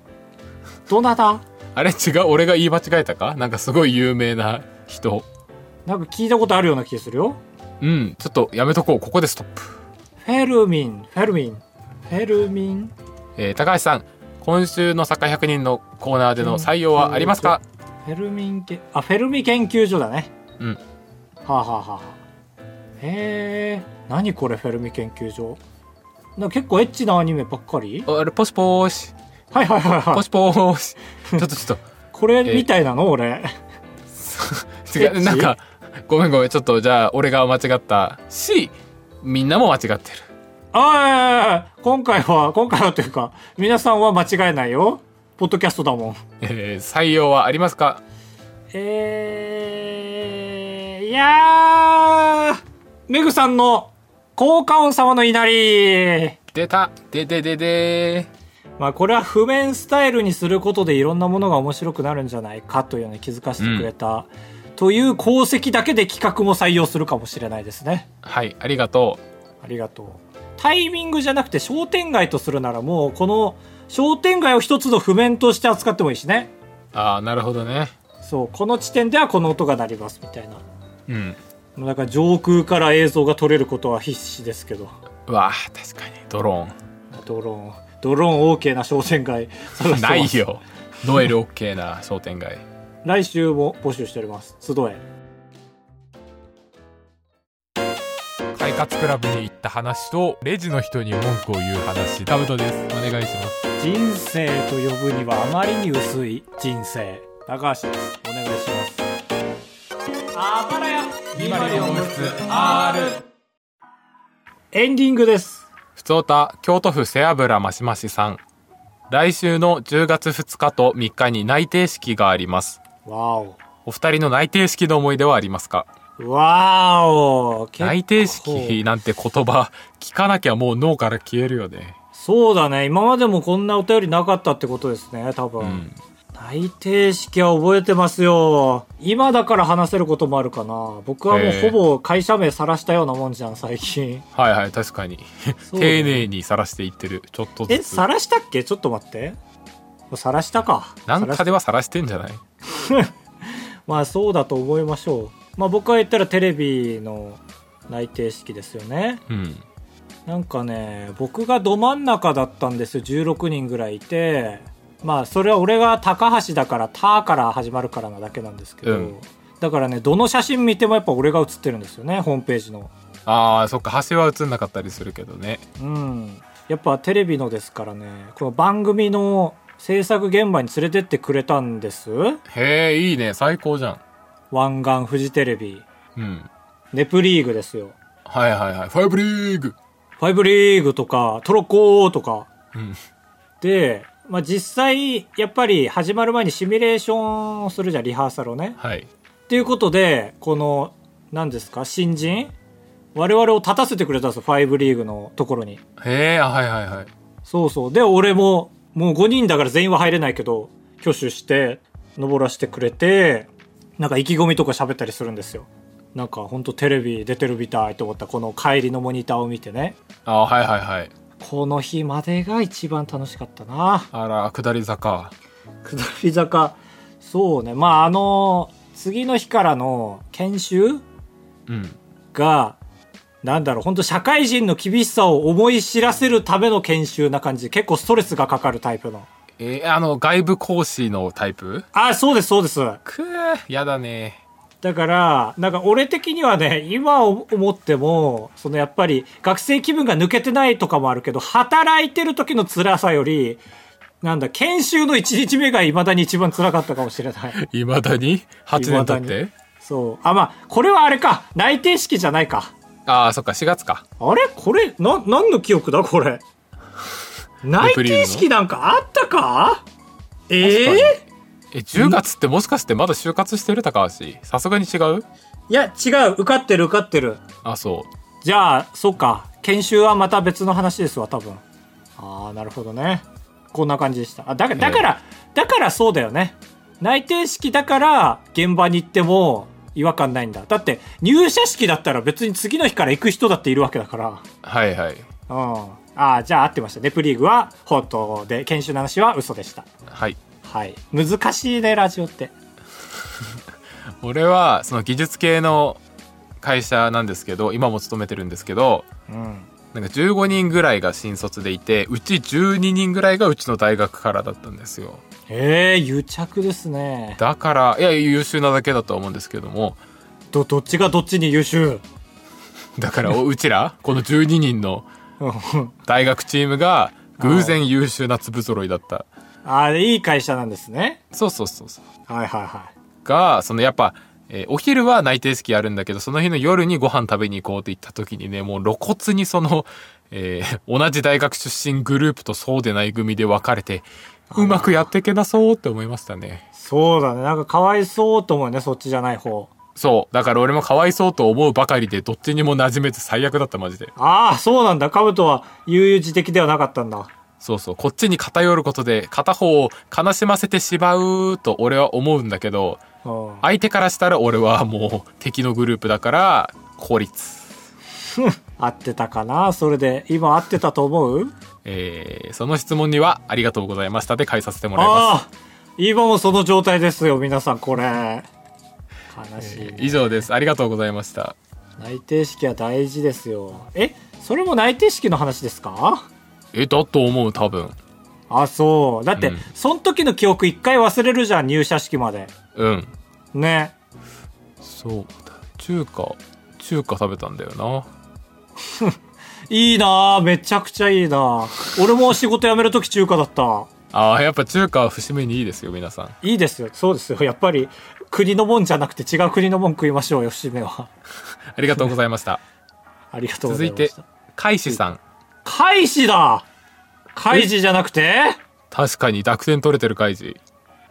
どなた
あれ違う俺が言い間違えたかなんかすごい有名な人
なんか聞いたことあるような気がするよ。
うんちょっとやめとこうここでストップ、
フェルミン、フェルミン、フェルミン。
えー高橋さん今週の坂100人のコーナーでの採用はありますか
フェルミンけ、あ、フェルミ研究所だね。
うん
はあ、はあはあはあ、へえ、何これフェルミ研究所。なんか結構エッチなアニメばっかり
あれポシポーシ
はいはいはいは
ポ
い。
シポーシちょっとちょっ
これみたいなの俺。
と 違うなんかごめんごめんちょっとじゃあ俺が間違ったしみんなも間違ってる
ああ、今回は、今回はというか、皆さんは間違えないよ。ポッドキャストだもん。
えー採用はありますか
えー、いやー、メグさんの効果音様の稲荷。
出たでででで
まあこれは譜面スタイルにすることでいろんなものが面白くなるんじゃないかというのに気づかせてくれた、という功績だけで企画も採用するかもしれないですね。
はいありがと
ありがとう。タイミングじゃなくて商店街とするならもうこの商店街を一つの譜面として扱ってもいいしね。
うああなるほどね
そう、この地点ではこの音が鳴りますみたいな。
うん
もうだから上空から映像が撮れることは必死ですけど。
うわー確かにド ロ
ドローン、ドローン OK な商店街
ー
探してま
ン
す
ない。よノエル OK な商店街
来週も募集しております。集え。
快活クラブに行った話とレジの人に文句を言う話タブトですお願いします
人生と呼ぶにはあまりに薄い人生高橋ですお願いしますあばらやエンディングです
ふつおた京都府背脂ましましさん来週の10月2日と3日に内定式があります
わお
お二人の内定式の思い出はありますか
わーお結構
内定式なんて言葉聞かなきゃもう脳から消えるよね。
そうだね今までもこんなお便りなかったってことですね多分、
うん。
内定式は覚えてますよ今だから話せることもあるかな僕はもう
へえ
ほぼ会社名さらしたようなもんじゃん最近
はいはい、確かに。
そうだね
丁寧にさらしていってる。ちょっとず
え
つ
さ。らしたっけちょっと待ってさらしたか
なん
晒し
かではさらしてんじゃない
まあそうだと思いましょうまあ僕は言ったらテレビの内定式ですよね
うん。
なんかね僕がど真ん中だったんですよ16人ぐらいいてまあそれは俺が高橋だから「た」から始まるからなだけなんですけど、
うん
だからねどの写真見てもやっぱ俺が写ってるんですよねホームページの
ああ、そっか、橋は映んなかったりするけどね。
うんやっぱテレビのですからねこの番組の制作現場に連れてってくれたんです
へえ、いいね。最高じゃん。
湾岸フジテレビ
うん。
ネプリーグですよ
はいはいはい。ファイブリーグ
ファイブリーグとかトロコーとか
うん。
で、まあ、実際やっぱり始まる前にシミュレーションをするじゃんリハーサルをね。
はい。
っていうことでこの何ですか新人我々を立たせてくれたんですよファイブリーグのところに
へえ、あはいはいはい。
そうそうで俺ももう5人だから全員は入れないけど挙手して登らせてくれてなんか意気込みとか喋ったりするんですよなんかほんとテレビ出てるみたいと思ったこの帰りのモニターを見てね
あーはいはいはい。
この日までが一番楽しかったな
あら、下り坂。
下り坂そうねまああの次の日からの研修
うん。
がなんだろう本当社会人の厳しさを思い知らせるための研修な感じで結構ストレスがかかるタイプの
えーあの、外部講師のタイプ
あそうですそうです
くー、やだね。
だからなんか俺的にはね今思ってもそのやっぱり学生気分が抜けてないとかもあるけど働いてる時の辛さよりなんだ研修の1日目がいまだに一番辛かったかもしれない
いまだに ?8 年経っ
未だ
て
そう。あ、まあ、これはあれか。内定式じゃないか。
ああ、そっか、4月か。
あれこれ、な、何の記憶だこれ。内定式なんかあったかええ
確かえ、10月ってもしかしてまだ就活してる高橋さすがに違う
いや、違う。受かってる受かってる。
あ、そ
じゃあ、そうか。研修はまた別の話ですわ、多分。ああ、なるほどね。こんな感じでした。あ、だから、だから、だからそうだよね。内定式だから、現場に行っても違和感ないんだ。だって、入社式だったら別に次の日から行く人だっているわけだから。
う。はいはい。
うん。ああ、じゃあ合ってました。ネプリーグは本当で、研修の話は嘘でした。
はい。
はい。難しいね、ラジオって。
俺は、その技術系の会社なんですけど、今も勤めてるんですけど、
うん。
なんか15人ぐらいが新卒でいて、うち12人ぐらいがうちの大学からだったんですよ。
ええ癒着ですね。
だから、いや、優秀なだけだとは思うんですけども、
ど、どっちがどっちに優秀
だから、おうちら、この12人の
うん
大学チームが、偶然優秀な粒揃いだった。
ああ、いい会社なんですね。
そうそうそうそう。
はいはいは
がそのやっぱ、えーお昼は内定式やるんだけどその日の夜にご飯食べに行こうって言った時にねもう露骨にその、えー同じ大学出身グループとそうでない組で分かれてうまくやっていけなそうって思いましたね
い。そうだね。なんかかわいそうと思うね、そっちじゃない方。
そうだから俺もかわいそうと思うばかりでどっちにも馴染めず最悪だったマジで
ああ、そうなんだ。カブトは悠々自適ではなかったんだ。
そうそうこっちに偏ることで片方を悲しませてしまうと俺は思うんだけど
うん。
相手からしたら俺はもう敵のグループだから孤立
合ってたかなそれで、今合ってたと思う
えーその質問にはありがとうございましたで返させてもらいます。
ああ今もその状態ですよ皆さんこれ悲しいね、
以上です。ありがとうございました。
内定式は大事ですよえそれも内定式の話ですか
え、だと思う、多分。
あそうだって、
うん
その時の記憶一回忘れるじゃん入社式まで
うん。
ね
そうだ。中華、中華食べたんだよな。
いいなあめちゃくちゃいいなあ俺も仕事辞める時中華だった
ああ、やっぱ中華は節目にいいですよ、皆さん。
いいですよそうですよやっぱり国のもんじゃなくて違う国のもん食いましょうよ節目は
ありがとうございました。
ありがとうご
続
ざい
い
ましてた、
カイシさん。
カイジだカイジじゃなくて
確かに濁点取れてるカイジ。
へ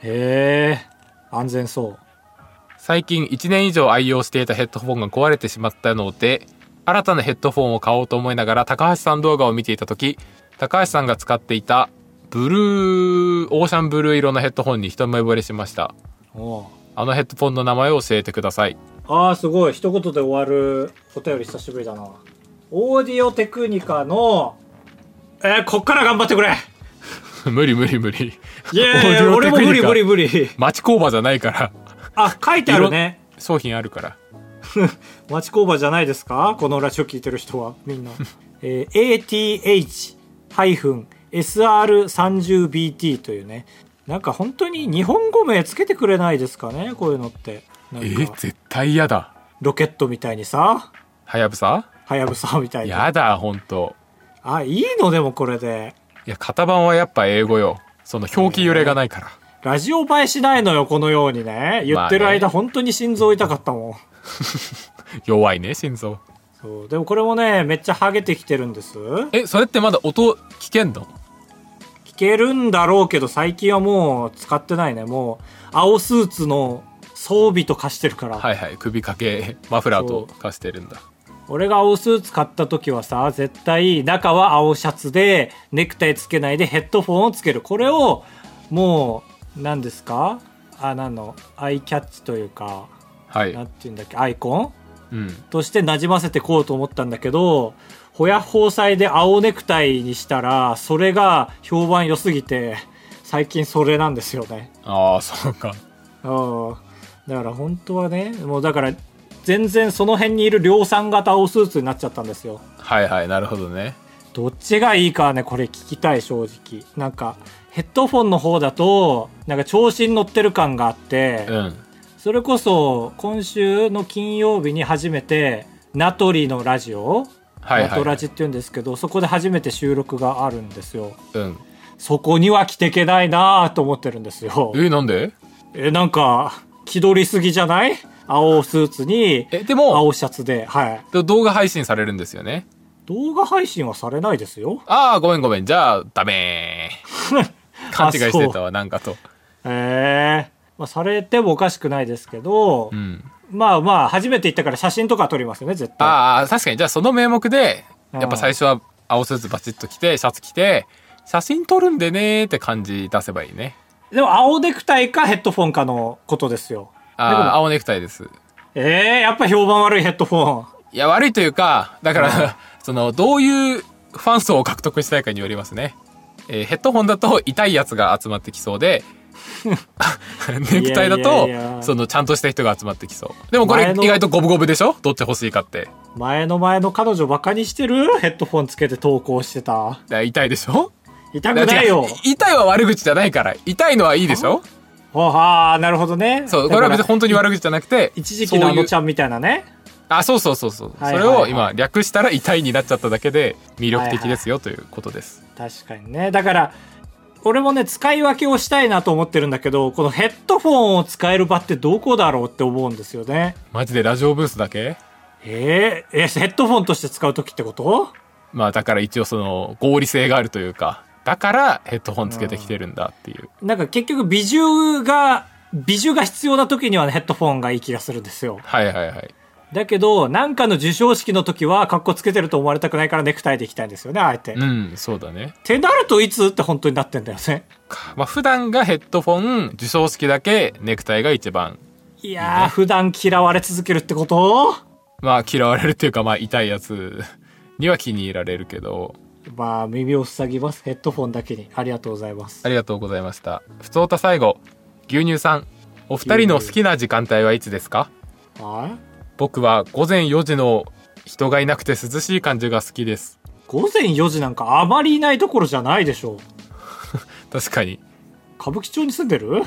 え安全そう
最近1年以上愛用していたヘッドフォンが壊れてしまったので新たなヘッドフォンを買おうと思いながら高橋さん動画を見ていた時高橋さんが使っていたブルーオーシャンブルー色のヘッドフォンに一目惚れしました
おう
あのヘッドフォンの名前を教えてください
ああすごい一言で終わるお便り久しぶりだなオーディオテクニカのえー、こっから頑張ってくれ
無理無理無理
いやいやいや
オーデ
俺
ィオテクニカ
も無理無理無理
町工場じゃないから
あ書いてあるね
商品あるから
町工場じゃないですかこのラジオ聞いてる人はみ んな、えー ATH-SR30BT というねなんか本当に日本語名つけてくれないですかねこういうのってな
え
ん
ー
か
絶対嫌だ
ロケットみたいにさ
はやぶさ
はやぶさみたいな
やだ本当
あいいのでもこれで
いや型番はやっぱ英語よその表記揺れがないから
ラジオ映えしないのよこのようにね言ってる
まあ
間、
ね
本当に心臓痛かったもん
弱いね心臓
そうでもこれもねめっちゃハゲてきてるんです
えそれってまだ音聞けんの
聞けるんだろうけど最近はもう使ってないねもう青スーツの装備と化してるから、
はいはい首掛け マフラーと化してるんだ
俺が青スーツ買った時はさ絶対中は青シャツでネクタイつけないでヘッドフォンをつけるこれをもう何ですかあなんのアイキャッチというか
は
何
い
て言うんだっけアイコン
うん
として馴染ませてこうと思ったんだけどホヤホー祭で青ネクタイにしたらそれが評判良すぎて最近それなんですよね
ああそうか
ああだから本当はねもうだから全然その辺にいる量産型青スーツになっちゃったんですよ
はいはいなるほどね
どっちがいいかはねこれ聞きたい正直なんかヘッドフォンの方だとなんか調子に乗ってる感があって、
うん
それこそ今週の金曜日に初めて名取のラジオ
はいはい
ナトラジって言うんですけどそこで初めて収録があるんですよ
うん
そこには着てけないなぁと思ってるんで すよ
えなんで
えなんか気取りすぎじゃない青スーツに
えでも
青シャツではい
でも動画配信されるんですよね
動画配信はされないですよ
ああごめんごめんじゃあダメ ー勘違いしてたわなんかと
ええまあ、されてもおかしくないですけど、
うん
まあまあ初めて行ったから写真とか撮りますよね絶対
ああ確かにじゃあその名目で
うん
やっぱ最初は青スーツバチッと着てシャツ着て写真撮るんでねーって感じ出せばいいね
でも青ネクタイかヘッドフォンかのことですよ
ああ青ネクタイです
ええやっぱ評判悪いヘッドフォン
いや悪いというかだから、 そのどういうファン層を獲得したいかによりますね、えーヘッドホンだと痛いやつが集まってきそう でネクタイだと
いやいやいや
そのちゃんとした人が集まってきそうでもこれ
前の
意外と五分五分でしょどっち欲しいかってだか
前の前の彼女バカにしてるヘッドフォンつけて投稿してた
ら痛いでしょ
痛
だ
く
から
ない
違う
よ
痛いは悪口じゃないから痛いのはいいでしょ
ああなるほどね
そうこれは別に
だから
本当に悪口じゃなくて
一時期のあのち
ゃ
ゃんみたいなね
あそうそうそうそう、
はいはいはい
それを今略したら痛いになっちゃっただけで魅力的ですよということです、
確かにねだから俺もね使い分けをしたいなと思ってるんだけどこのヘッドフォンを使える場ってどこだろうって思うんですよね
マジでラジオブースだけ
えー、えヘッドフォンとして使う時ってこと
まあだから一応その合理性があるというかだからヘッドホンつけてきてるんだっていう、
なんか結局美獣が美獣が必要な時には、ね、ヘッドフォンがいい気がするんですよ
はいはいはい
だけどなんかの授賞式の時はカッコつけてると思われたくないからネクタイでいきたいんですよねあえて、
う
っ
んそうだね
てなるといつって本当になってんだよね
まあ普段がヘッドフォン授賞式だけネクタイが一番
いやー普段嫌われ続けるってこと
まあ嫌われるっていうかまあ痛いやつには気に入られるけど
まあ耳を塞ぎますヘッドフォンだけにありがとうございます
ありがとうございましたふつおた最後牛乳さんお二人の好きな時間帯はいつですか
はい
僕は午前4時の人がいなくて涼しい感じが好きです
午前4時なんかあまりいないところじゃないでしょう
確かに
歌舞伎町に住んでる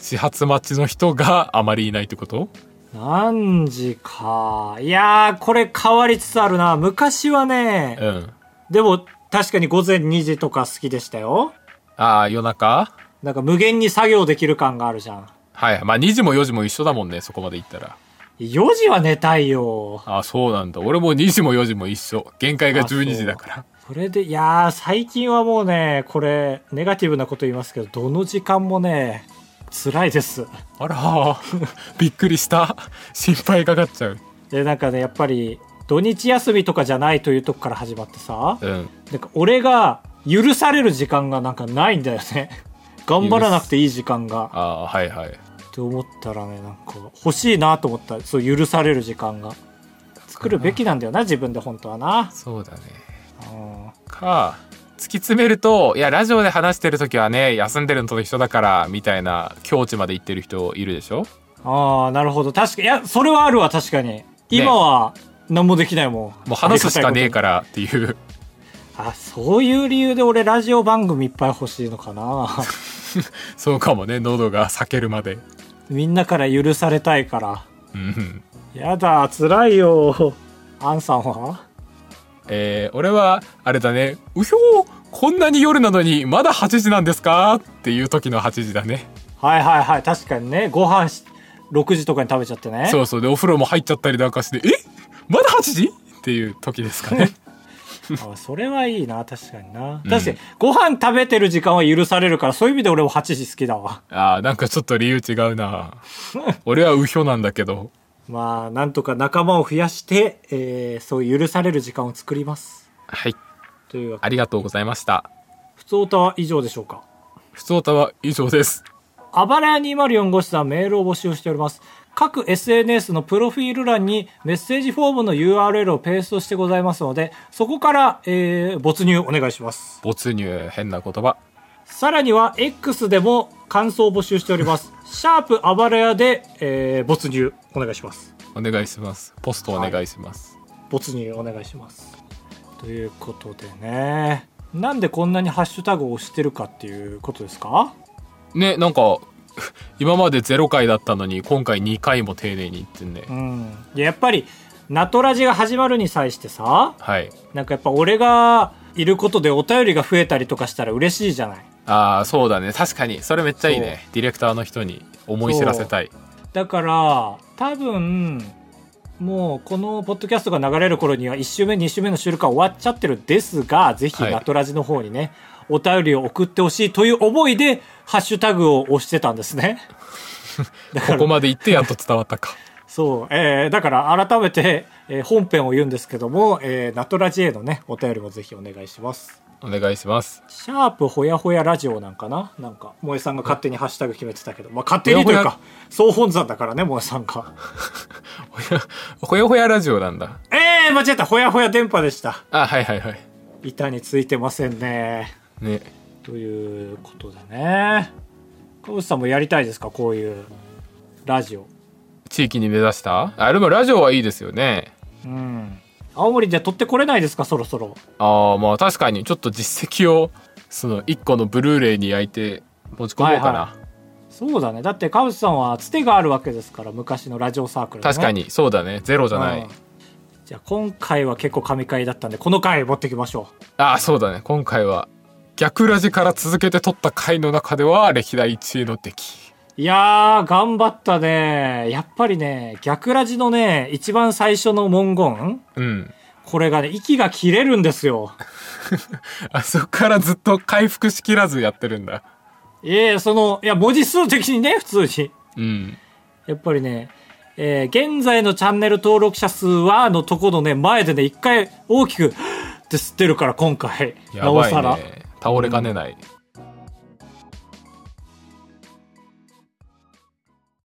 始発待ちの人があまりいないってこと
何時かいやーこれ変わりつつあるな昔はね
うん
でも確かに午前2時とか好きでしたよ
ああ夜中
なんか無限に作業できる感があるじゃん
はいまあ2時も4時も一緒だもんねそこまで行ったら
4時は寝たいよ
ああそうなんだ俺も2時も4時も一緒限界が
あそう
12時だから
これでいやー最近はもうねこれネガティブなこと言いますけどどの時間もね辛いです。
あらー びっくりした心配かかっちゃう
で、なんかね、やっぱり、土日休みとかじゃないというとこから始まってさ、
うん
なんか俺が許される時間がなんかないんだよね。 頑張らなくていい時間が。
あーはいはい
って思ったらねなんか欲しいなと思ったそう許される時間が作るべきなんだよな自分で本当はな、
そうだね
うん、
か突き詰めるといやラジオで話してる時はね休んでるのと一緒だからみたいな境地まで行ってる人いるでしょ
ああなるほど確かいやそれはあるわ確かに今は何もできないもん
もう話すしかねえからっていう
あそういう理由で俺ラジオ番組いっぱい欲しいのか な
そうかもね喉が裂けるまで
みんなから許されたいから
うんうん
やだ辛いよアンさんは
えー俺はあれだねうひょーこんなに夜なのにまだ8時なんですかっていう時の8時だね
はいはいはい確かにねご飯し6時とかに食べちゃってね
そうそうでお風呂も入っちゃったりなんかしてえまだ8時っていう時ですかね
あそれはいいな、確かにな。
うん
確かに、ご飯食べてる時間は許されるから、そういう意味で俺も8時好きだわ。
あーなんかちょっと理由違うな俺はうひょなんだけど
まあ、なんとか仲間を増やして、えー、そういう許される時間を作ります。
はい
というわけで、
ありがとうございました
普通歌は以上でしょうか。
ふつおたは以上です
あばらや204号室はメールを募集しております。各 SNS のプロフィール欄にメッセージフォームの URL をペーストしてございますので、そこから、えー、没入お願いします。
没入変な言葉
さらには X でも感想を募集しております。シャープあばらやで、えー没入お願いします。
お願いしますポストお願いします、
没入お願いします。ということでね。なんでこんなにハッシュタグを押してるかっていうことですか
ねなんか今まで0回だったのに今回2回も丁寧に言ってんね、
うん。いややっぱり、ナトラジが始まるに際してさ、
はい
なんかやっぱ俺がいることでお便りが増えたりとかしたら嬉しいじゃない。
ああそうだね確かにそれめっちゃいいねディレクターの人に思い知らせたい
だから多分もうこのポッドキャストが流れる頃には1週目2週目の収録は終わっちゃってるんですがぜひ
はい
ナトラジの方にね、お便りを送ってほしいという思いでハッシュタグを押してたんです ねだか
こ
ら
こまで言ってやっと伝わったか
そう、えーだから改めて、えー本編を言うんですけども、えーナトラジへのねお便りもぜひお願いします
お願いします
シャープほやほやラジオなんかななんか萌えさんが勝手にハッシュタグ決めてたけど、まあ、勝手にという
ほや
か
ほ
総本山だからね萌えさんが
ほやほやほやラジオなんだ
ええー、間違えた。ほやほや電波でした。
あはいはいはい
板についてませんね。
ね
ということでね。かぶさんもやりたいですかこういうラジオ。
地域に目指したあでもラジオはいいですよね
うん。青森で取ってこれないですかそろそろ。
ああまあ確かにちょっと実績をその1個のブルーレイに焼いて持ち込もうかな、
はいそうだね。だってかぶさんはつてがあるわけですから、昔のラジオサークル、ね。
確か
に。
にそうだねゼロじゃない、
じゃあ今回は結構神回だったんで、この回持ってきましょ
ああそうだね今回は逆ラジから続けて撮った回の中では歴代1位の出来
う。いやー、頑張ったね。やっぱりね、逆ラジのね、一番最初の文言
うん
これがね、息が切れるんですよ。
あそこからずっと回復しきらずやってるんだ
いえいえ、その、いや、文字数的にね、普通に。
うん
やっぱりね、えー現在のチャンネル登録者数は、のとこのね、前でね、 一回大きく、って吸ってるから、今回。
やばいね倒れかねない、